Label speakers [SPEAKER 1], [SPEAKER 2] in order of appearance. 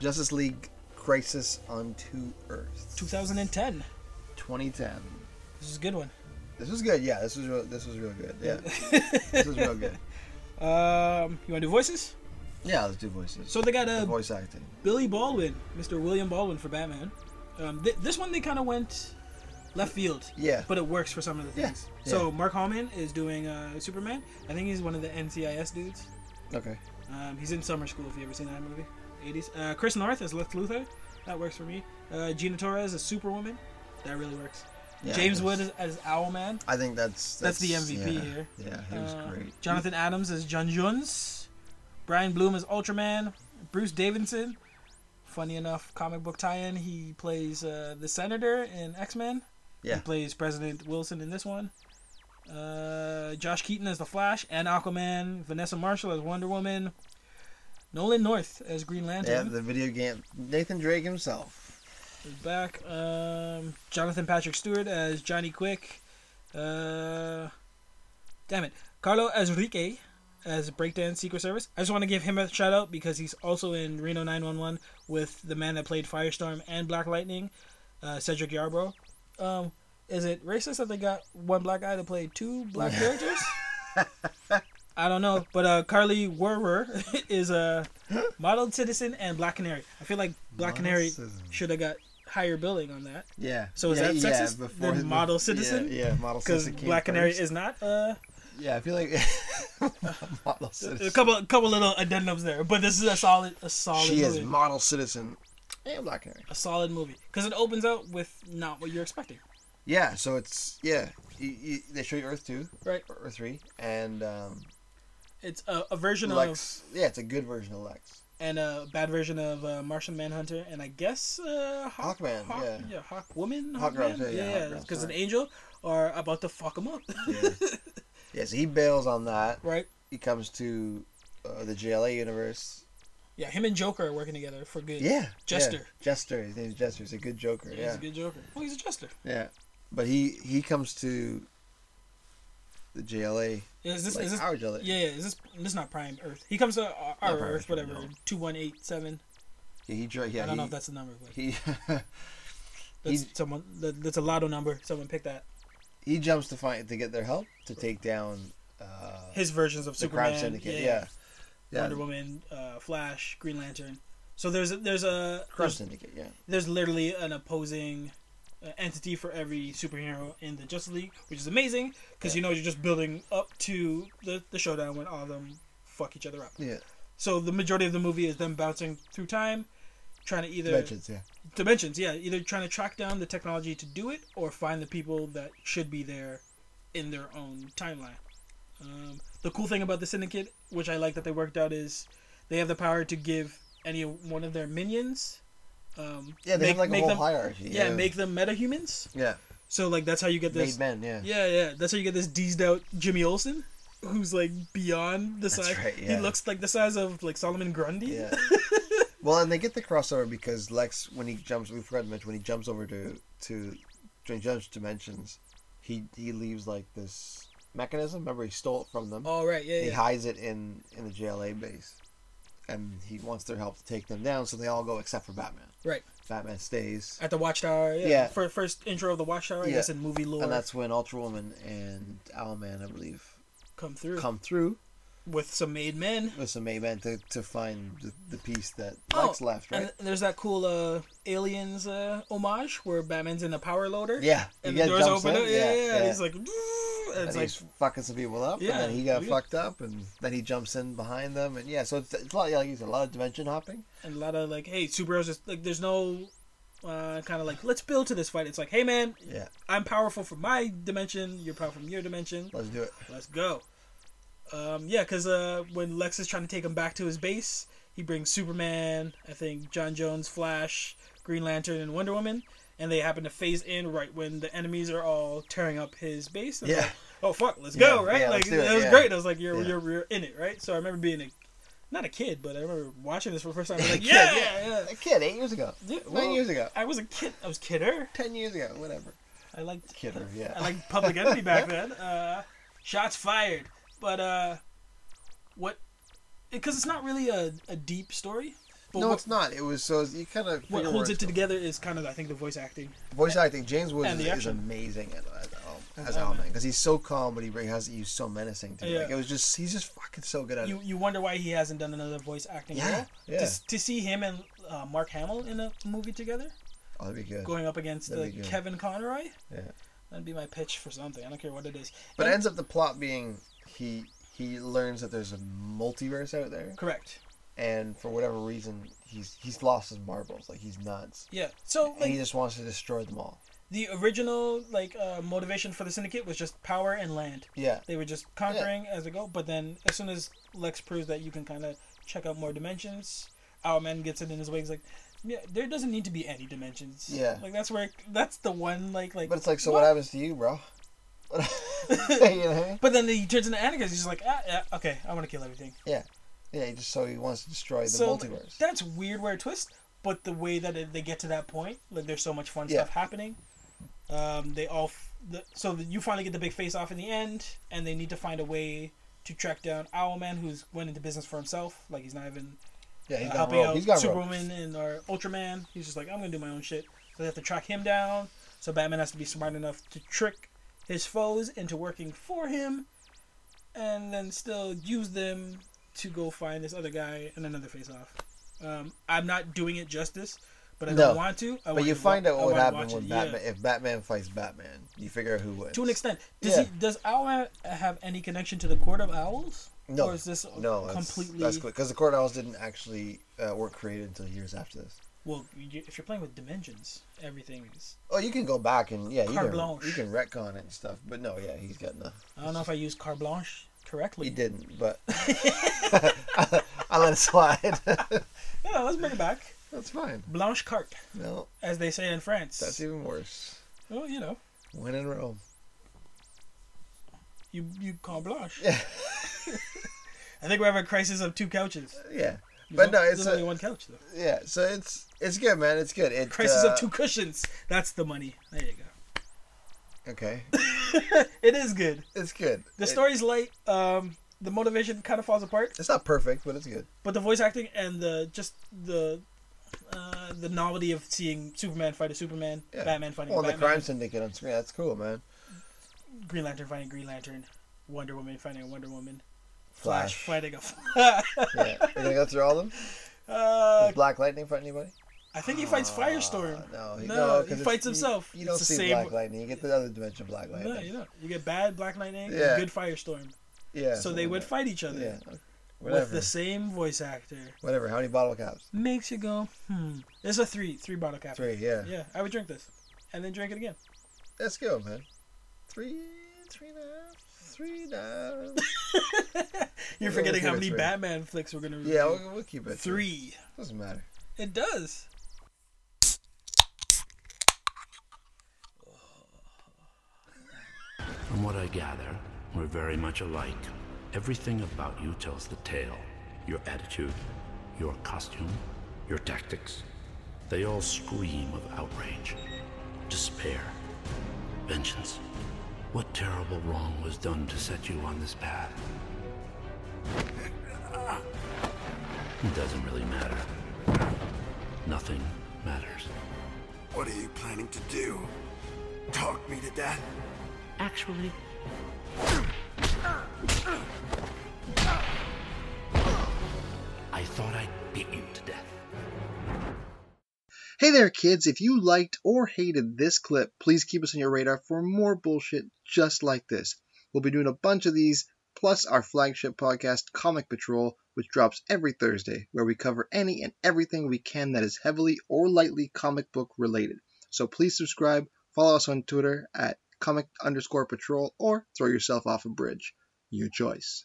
[SPEAKER 1] Justice League Crisis on Two Earths.
[SPEAKER 2] 2010.
[SPEAKER 1] 2010.
[SPEAKER 2] This is a good one.
[SPEAKER 1] This was good. Yeah, this was real, this was real good. Yeah, this was real good.
[SPEAKER 2] Um, you want to do voices?
[SPEAKER 1] Yeah, let's do voices.
[SPEAKER 2] So uh, they got
[SPEAKER 1] The
[SPEAKER 2] a
[SPEAKER 1] voice acting.
[SPEAKER 2] Billy Baldwin, Mr. William Baldwin for Batman. Um, th- this one they kind of went left field,
[SPEAKER 1] Yeah.
[SPEAKER 2] but it works for some of the
[SPEAKER 1] Yeah,
[SPEAKER 2] things. So Mark Hallman is doing uh, Superman. I think he's one of the NCIS dudes.
[SPEAKER 1] Okay.
[SPEAKER 2] Um, he's in Summer School. If you ever seen that movie, 80s. Uh, Chris North as Lex Luthor. That works for me. Uh, Gina Torres as Superwoman. That really works.
[SPEAKER 1] Yeah,
[SPEAKER 2] James
[SPEAKER 1] that's-
[SPEAKER 2] Wood as, as Owlman.
[SPEAKER 1] I think that's
[SPEAKER 2] That's the MVP
[SPEAKER 1] yeah.
[SPEAKER 2] here.
[SPEAKER 1] Yeah, he was
[SPEAKER 2] Uh,
[SPEAKER 1] great.
[SPEAKER 2] Jonathan Adams as John Jones. Brian Bloom as Ultraman. Bruce Davidson. Funny enough, comic book tie-in. He plays uh, the senator in X Men.
[SPEAKER 1] Yeah.
[SPEAKER 2] He plays President Wilson in this one. Uh, Josh Keaton as the Flash and Aquaman. Vanessa Marshall as Wonder Woman. Nolan North as Green
[SPEAKER 1] Yeah,
[SPEAKER 2] Lantern.
[SPEAKER 1] the video game. Nathan Drake himself.
[SPEAKER 2] is back. Um, Jonathan Patrick Stewart as Johnny Quick. Uh, damn it, Carlo Enrique as Breakdance Secret Service. I just want to give him a shout out because he's also in Reno 911 with the man that played Firestorm and Black Lightning, uh, Cedric Yarbrough. Um, is it racist that they got one black guy to play two black characters? I don't know, but uh, Carly Werwer is a model citizen and Black Canary. I feel like Black
[SPEAKER 1] Model
[SPEAKER 2] Canary
[SPEAKER 1] citizen.
[SPEAKER 2] should have got higher billing on that
[SPEAKER 1] Yeah.
[SPEAKER 2] So is
[SPEAKER 1] yeah,
[SPEAKER 2] that
[SPEAKER 1] yeah,
[SPEAKER 2] sexist?
[SPEAKER 1] before
[SPEAKER 2] Then
[SPEAKER 1] his-
[SPEAKER 2] model citizen?
[SPEAKER 1] Yeah, yeah model
[SPEAKER 2] because
[SPEAKER 1] citizen. came
[SPEAKER 2] Black Canary
[SPEAKER 1] first.
[SPEAKER 2] is not. Uh,
[SPEAKER 1] Yeah, I feel like model
[SPEAKER 2] a
[SPEAKER 1] citizen.
[SPEAKER 2] couple, a couple little addendums there, but this is a solid, a solid
[SPEAKER 1] She
[SPEAKER 2] movie.
[SPEAKER 1] is model citizen and Black Canary.
[SPEAKER 2] a solid movie because it opens out with not what you're expecting,
[SPEAKER 1] Yeah, so it's yeah. You, you, they show you Earth two
[SPEAKER 2] right?
[SPEAKER 1] or Earth three, and um,
[SPEAKER 2] It's a, a version of
[SPEAKER 1] Lex. Yeah, it's a good version of Lex.
[SPEAKER 2] and a bad version of uh, Martian Manhunter, and I guess uh, Hawk,
[SPEAKER 1] Hawkman,
[SPEAKER 2] Hawk,
[SPEAKER 1] yeah.
[SPEAKER 2] Hawk Woman,
[SPEAKER 1] Hawk
[SPEAKER 2] Hawkman,
[SPEAKER 1] Girl, yeah, yeah, Hawk
[SPEAKER 2] yeah,
[SPEAKER 1] Girl,
[SPEAKER 2] because an
[SPEAKER 1] sorry.
[SPEAKER 2] angel are about to fuck him up,
[SPEAKER 1] Yeah. yeah, so he bails on that.
[SPEAKER 2] right?
[SPEAKER 1] He comes to uh, the JLA universe.
[SPEAKER 2] Yeah, him and Joker are working together for good.
[SPEAKER 1] Yeah, Yeah.
[SPEAKER 2] Jester.
[SPEAKER 1] Jester. His name's Jester. He's a good Joker.
[SPEAKER 2] Yeah,
[SPEAKER 1] Yeah,
[SPEAKER 2] he's a good Joker. Well, he's a jester.
[SPEAKER 1] yeah. But he he comes to the JLA.
[SPEAKER 2] Yeah, Is this
[SPEAKER 1] like
[SPEAKER 2] is this
[SPEAKER 1] our JLA.
[SPEAKER 2] Yeah, yeah, is this this is not Prime Earth. He comes to our, our
[SPEAKER 1] Prime
[SPEAKER 2] Earth,
[SPEAKER 1] Earth,
[SPEAKER 2] whatever,
[SPEAKER 1] no.
[SPEAKER 2] two one eight seven.
[SPEAKER 1] Yeah, he dri- yeah.
[SPEAKER 2] I don't
[SPEAKER 1] he,
[SPEAKER 2] know if that's the number, but
[SPEAKER 1] he
[SPEAKER 2] that's
[SPEAKER 1] he-
[SPEAKER 2] someone that, that's a lotto number. Someone picked that.
[SPEAKER 1] he jumps to find to get their help to take down uh,
[SPEAKER 2] His versions of
[SPEAKER 1] the
[SPEAKER 2] Superman,
[SPEAKER 1] crime syndicate. Yeah, yeah.
[SPEAKER 2] Wonder Woman, uh, Flash, Green Lantern. So there's a, there's a
[SPEAKER 1] crime
[SPEAKER 2] there's,
[SPEAKER 1] syndicate. Yeah,
[SPEAKER 2] there's literally an opposing uh, entity for every superhero in the Justice League, which is amazing because you know you're just building up to the the showdown when all of them fuck each other up.
[SPEAKER 1] yeah.
[SPEAKER 2] So the majority of the movie is them bouncing through time, trying to either
[SPEAKER 1] Dimensions. Yeah.
[SPEAKER 2] dimensions yeah either trying to track down the technology to do it or find the people that should be there in their own timeline um, the cool thing about the syndicate which i like that they worked out is they have the power to give any one of their minions um,
[SPEAKER 1] Yeah, they
[SPEAKER 2] make,
[SPEAKER 1] have like a
[SPEAKER 2] make
[SPEAKER 1] whole
[SPEAKER 2] them,
[SPEAKER 1] hierarchy.
[SPEAKER 2] yeah, make them metahumans
[SPEAKER 1] yeah,
[SPEAKER 2] so like that's how you get this
[SPEAKER 1] made men. Yeah,
[SPEAKER 2] yeah yeah that's how you get this deezed out jimmy olsen who's like beyond the
[SPEAKER 1] That's
[SPEAKER 2] size
[SPEAKER 1] right,
[SPEAKER 2] he
[SPEAKER 1] yeah.
[SPEAKER 2] looks like the size of like solomon grundy
[SPEAKER 1] yeah. well, and they get the crossover because Lex, when he jumps, we forgot to mention when he jumps over to to when he jumps dimensions, he he leaves like this mechanism. Remember, he stole it from them.
[SPEAKER 2] oh right yeah
[SPEAKER 1] He
[SPEAKER 2] yeah
[SPEAKER 1] hides it in in the JLA base, and he wants their help to take them down. So they all go except for Batman.
[SPEAKER 2] right
[SPEAKER 1] Batman stays,
[SPEAKER 2] At the Watchtower, yeah.
[SPEAKER 1] Yeah.
[SPEAKER 2] For first intro of the Watchtower, I
[SPEAKER 1] Yeah.
[SPEAKER 2] guess in movie lore,
[SPEAKER 1] and that's when Ultra Woman and Owlman, I believe,
[SPEAKER 2] come through
[SPEAKER 1] come through
[SPEAKER 2] with some made men.
[SPEAKER 1] with some Amen to to find the, the piece that
[SPEAKER 2] Oh,
[SPEAKER 1] Lex left. Right?
[SPEAKER 2] And there's that cool uh, aliens uh, homage where Batman's in a power loader.
[SPEAKER 1] Yeah,
[SPEAKER 2] And
[SPEAKER 1] he
[SPEAKER 2] the doors
[SPEAKER 1] jumps
[SPEAKER 2] open.
[SPEAKER 1] in,
[SPEAKER 2] up. Yeah, yeah. And he's like, "Woo," and
[SPEAKER 1] and
[SPEAKER 2] it's like,
[SPEAKER 1] he's fucking some people up,
[SPEAKER 2] Yeah,
[SPEAKER 1] and then he got
[SPEAKER 2] we-
[SPEAKER 1] fucked up, and then he jumps in behind them, and yeah, so it's, it's a lot. yeah, Like you said, a lot of dimension hopping.
[SPEAKER 2] and a lot of like, hey, superheroes. Just, like, there's no uh, kind of like, let's build to this fight. It's like, hey, man,
[SPEAKER 1] Yeah,
[SPEAKER 2] I'm powerful from my dimension. You're powerful from your dimension.
[SPEAKER 1] let's do it.
[SPEAKER 2] Let's go. Um, yeah, because uh, when Lex is trying to take him back to his base, he brings Superman, I think John Jones, Flash, Green Lantern, and Wonder Woman, and they happen to phase in right when the enemies are all tearing up his base. And it's
[SPEAKER 1] Yeah.
[SPEAKER 2] like, oh fuck, let's
[SPEAKER 1] Yeah,
[SPEAKER 2] go, right?
[SPEAKER 1] yeah,
[SPEAKER 2] like
[SPEAKER 1] let's do it,
[SPEAKER 2] that was
[SPEAKER 1] yeah.
[SPEAKER 2] great. I was like, you're,
[SPEAKER 1] Yeah.
[SPEAKER 2] you're you're in it, right? So I remember being a not a kid, but I remember watching this for the first time. I was like,
[SPEAKER 1] Kid,
[SPEAKER 2] yeah, yeah, yeah.
[SPEAKER 1] A kid eight years ago,
[SPEAKER 2] Yeah,
[SPEAKER 1] nine
[SPEAKER 2] well,
[SPEAKER 1] years ago,
[SPEAKER 2] I was a kid. I was kidder.
[SPEAKER 1] ten years ago, whatever.
[SPEAKER 2] I liked
[SPEAKER 1] Kidder, yeah.
[SPEAKER 2] I like Public Enemy back then. Uh, shots fired, but uh, what? Because it's not really a, a deep story. But
[SPEAKER 1] no,
[SPEAKER 2] what,
[SPEAKER 1] it's not. It was so you kind of
[SPEAKER 2] what holds it together is kind of I think the voice acting.
[SPEAKER 1] Voice acting, James Woods
[SPEAKER 2] and
[SPEAKER 1] is,
[SPEAKER 2] the
[SPEAKER 1] is
[SPEAKER 2] action.
[SPEAKER 1] amazing at, at, um,
[SPEAKER 2] As
[SPEAKER 1] as
[SPEAKER 2] Owlman.
[SPEAKER 1] Owlman because he's so calm, but he really has he's so menacing too. Like
[SPEAKER 2] Yeah.
[SPEAKER 1] it was just he's just fucking so good at
[SPEAKER 2] You
[SPEAKER 1] it.
[SPEAKER 2] you wonder why he hasn't done another voice acting
[SPEAKER 1] Yeah,
[SPEAKER 2] role.
[SPEAKER 1] yeah.
[SPEAKER 2] To, s- to see him and uh, Mark Hamill in a movie together,
[SPEAKER 1] Oh, that'd be good.
[SPEAKER 2] going up against
[SPEAKER 1] That'd
[SPEAKER 2] uh,
[SPEAKER 1] be good.
[SPEAKER 2] Kevin Conroy.
[SPEAKER 1] Yeah.
[SPEAKER 2] That'd be my pitch for something. I don't care what it is.
[SPEAKER 1] But it
[SPEAKER 2] And-
[SPEAKER 1] ends up the plot being he he learns that there's a multiverse out there,
[SPEAKER 2] correct.
[SPEAKER 1] and for whatever reason he's he's lost his marbles. Like he's nuts,
[SPEAKER 2] Yeah. So
[SPEAKER 1] and he
[SPEAKER 2] like
[SPEAKER 1] just wants to destroy them all.
[SPEAKER 2] the original like uh, motivation for the syndicate was just power and land.
[SPEAKER 1] Yeah,
[SPEAKER 2] They were just conquering as they go. But then as soon as Lex proves that you can kind of check out more dimensions, our man gets it in his way. He's like, yeah, there doesn't need to be any dimensions.
[SPEAKER 1] Yeah.
[SPEAKER 2] Like that's where that's the one like like.
[SPEAKER 1] but it's like so. What, happens to you, bro? you know?
[SPEAKER 2] But then he turns into Anakin. He's just like, ah, yeah, okay, I want to kill everything.
[SPEAKER 1] Yeah, he just so he wants to destroy the
[SPEAKER 2] So,
[SPEAKER 1] multiverse.
[SPEAKER 2] That's weird, weird twist. But the way that it, they get to that point, like there's so much fun
[SPEAKER 1] Yeah.
[SPEAKER 2] stuff happening. Um, they all f- the, so that you finally get the big face off in the end, and they need to find a way to track down Owlman, who's went into business for himself. Like he's not even
[SPEAKER 1] yeah,
[SPEAKER 2] uh,
[SPEAKER 1] he's got
[SPEAKER 2] helping
[SPEAKER 1] rope.
[SPEAKER 2] out
[SPEAKER 1] He's got rope.
[SPEAKER 2] Superwoman and or Ultraman. He's just like, I'm gonna do my own shit. So they have to track him down. So Batman has to be smart enough to trick his foes into working for him, and then still use them to go find this other guy in another face-off. Um, I'm not doing it justice, but I don't
[SPEAKER 1] No.
[SPEAKER 2] want to. I
[SPEAKER 1] But
[SPEAKER 2] want
[SPEAKER 1] you
[SPEAKER 2] to
[SPEAKER 1] find
[SPEAKER 2] wa-
[SPEAKER 1] out
[SPEAKER 2] I
[SPEAKER 1] what would
[SPEAKER 2] wanna
[SPEAKER 1] happen
[SPEAKER 2] watch
[SPEAKER 1] when
[SPEAKER 2] it, yeah.
[SPEAKER 1] Batman if Batman fights Batman. You figure out who wins.
[SPEAKER 2] To an extent, does
[SPEAKER 1] Yeah.
[SPEAKER 2] he does Owl have any connection to the Court of Owls?
[SPEAKER 1] No.
[SPEAKER 2] or is this
[SPEAKER 1] no, that's,
[SPEAKER 2] completely
[SPEAKER 1] completely. That's because the Court Owls didn't actually uh, were created until years after this.
[SPEAKER 2] well? You, if you're playing with dimensions, everything is
[SPEAKER 1] Oh, you can go back and yeah, you
[SPEAKER 2] Carte
[SPEAKER 1] can
[SPEAKER 2] blanche.
[SPEAKER 1] you can retcon it and stuff. But no, yeah, he's got nothing.
[SPEAKER 2] I don't know if I used carte blanche correctly.
[SPEAKER 1] He didn't, but I let it slide.
[SPEAKER 2] No, no, let's bring it back.
[SPEAKER 1] that's fine.
[SPEAKER 2] Blanche carte,
[SPEAKER 1] No,
[SPEAKER 2] as they say in France.
[SPEAKER 1] that's even worse.
[SPEAKER 2] Well, you know,
[SPEAKER 1] When in Rome.
[SPEAKER 2] you you call blanche.
[SPEAKER 1] Yeah.
[SPEAKER 2] I think we're having a crisis of two couches.
[SPEAKER 1] Yeah,
[SPEAKER 2] You
[SPEAKER 1] but
[SPEAKER 2] know?
[SPEAKER 1] no, it's
[SPEAKER 2] There's only
[SPEAKER 1] a,
[SPEAKER 2] one couch though.
[SPEAKER 1] yeah. So it's it's good, man. It's good. It's
[SPEAKER 2] Crisis
[SPEAKER 1] uh,
[SPEAKER 2] of two cushions. That's the money. There you go.
[SPEAKER 1] Okay,
[SPEAKER 2] It is good.
[SPEAKER 1] it's good.
[SPEAKER 2] The
[SPEAKER 1] It-
[SPEAKER 2] story's light. Um, the motivation kind of falls apart,
[SPEAKER 1] it's not perfect, but it's good.
[SPEAKER 2] but the voice acting and the just the. Uh, the novelty of seeing Superman fight a Superman,
[SPEAKER 1] Yeah.
[SPEAKER 2] Batman fighting
[SPEAKER 1] Well, and the
[SPEAKER 2] Batman,
[SPEAKER 1] crime syndicate on screen. That's cool, man.
[SPEAKER 2] Green Lantern fighting Green Lantern, Wonder Woman fighting a Wonder Woman, Flash,
[SPEAKER 1] Flash.
[SPEAKER 2] fighting a Flash.
[SPEAKER 1] yeah. You gonna go through all of them?
[SPEAKER 2] uh,
[SPEAKER 1] Does Black Lightning fight anybody?
[SPEAKER 2] I think he fights Firestorm.
[SPEAKER 1] Uh, no,
[SPEAKER 2] No,
[SPEAKER 1] 'cause
[SPEAKER 2] he
[SPEAKER 1] it's-
[SPEAKER 2] fights
[SPEAKER 1] you-
[SPEAKER 2] himself.
[SPEAKER 1] You, don't
[SPEAKER 2] It's the
[SPEAKER 1] see
[SPEAKER 2] same-
[SPEAKER 1] Black Lightning. You get the other dimension of Black Lightning.
[SPEAKER 2] No, you don't. You get bad Black Lightning,
[SPEAKER 1] Yeah.
[SPEAKER 2] and good Firestorm.
[SPEAKER 1] Yeah.
[SPEAKER 2] so they would
[SPEAKER 1] whatever.
[SPEAKER 2] fight each other
[SPEAKER 1] Yeah. okay.
[SPEAKER 2] with
[SPEAKER 1] Whatever.
[SPEAKER 2] the same voice actor.
[SPEAKER 1] Whatever. How many bottle caps?
[SPEAKER 2] Makes you go, hmm. There's a three, three bottle cap.
[SPEAKER 1] Three. Yeah.
[SPEAKER 2] Yeah, I would drink this, and then drink it again.
[SPEAKER 1] Let's go, man. Three, three and a half, three and a half.
[SPEAKER 2] You're
[SPEAKER 1] We'll
[SPEAKER 2] forgetting
[SPEAKER 1] keep
[SPEAKER 2] how
[SPEAKER 1] it
[SPEAKER 2] many
[SPEAKER 1] three.
[SPEAKER 2] Batman flicks we're gonna review.
[SPEAKER 1] yeah, we'll, we'll keep it.
[SPEAKER 2] three.
[SPEAKER 1] Doesn't matter.
[SPEAKER 2] It does.
[SPEAKER 3] From what I gather, we're very much alike. Everything about you tells the tale your attitude, your costume, your tactics. They all scream of outrage, despair, vengeance. What terrible wrong was done to set you on this path? It doesn't really matter. Nothing matters.
[SPEAKER 4] What are you planning to do? Talk me to death?
[SPEAKER 3] Actually, I thought I'd beat you to death.
[SPEAKER 5] Hey there, kids! If you liked or hated this clip, please keep us on your radar for more bullshit just like this. We'll be doing a bunch of these, plus our flagship podcast, Comic Patrol, which drops every Thursday, where we cover any and everything we can that is heavily or lightly comic book related. So please subscribe, follow us on Twitter at comic underscore patrol, or throw yourself off a bridge. Your choice.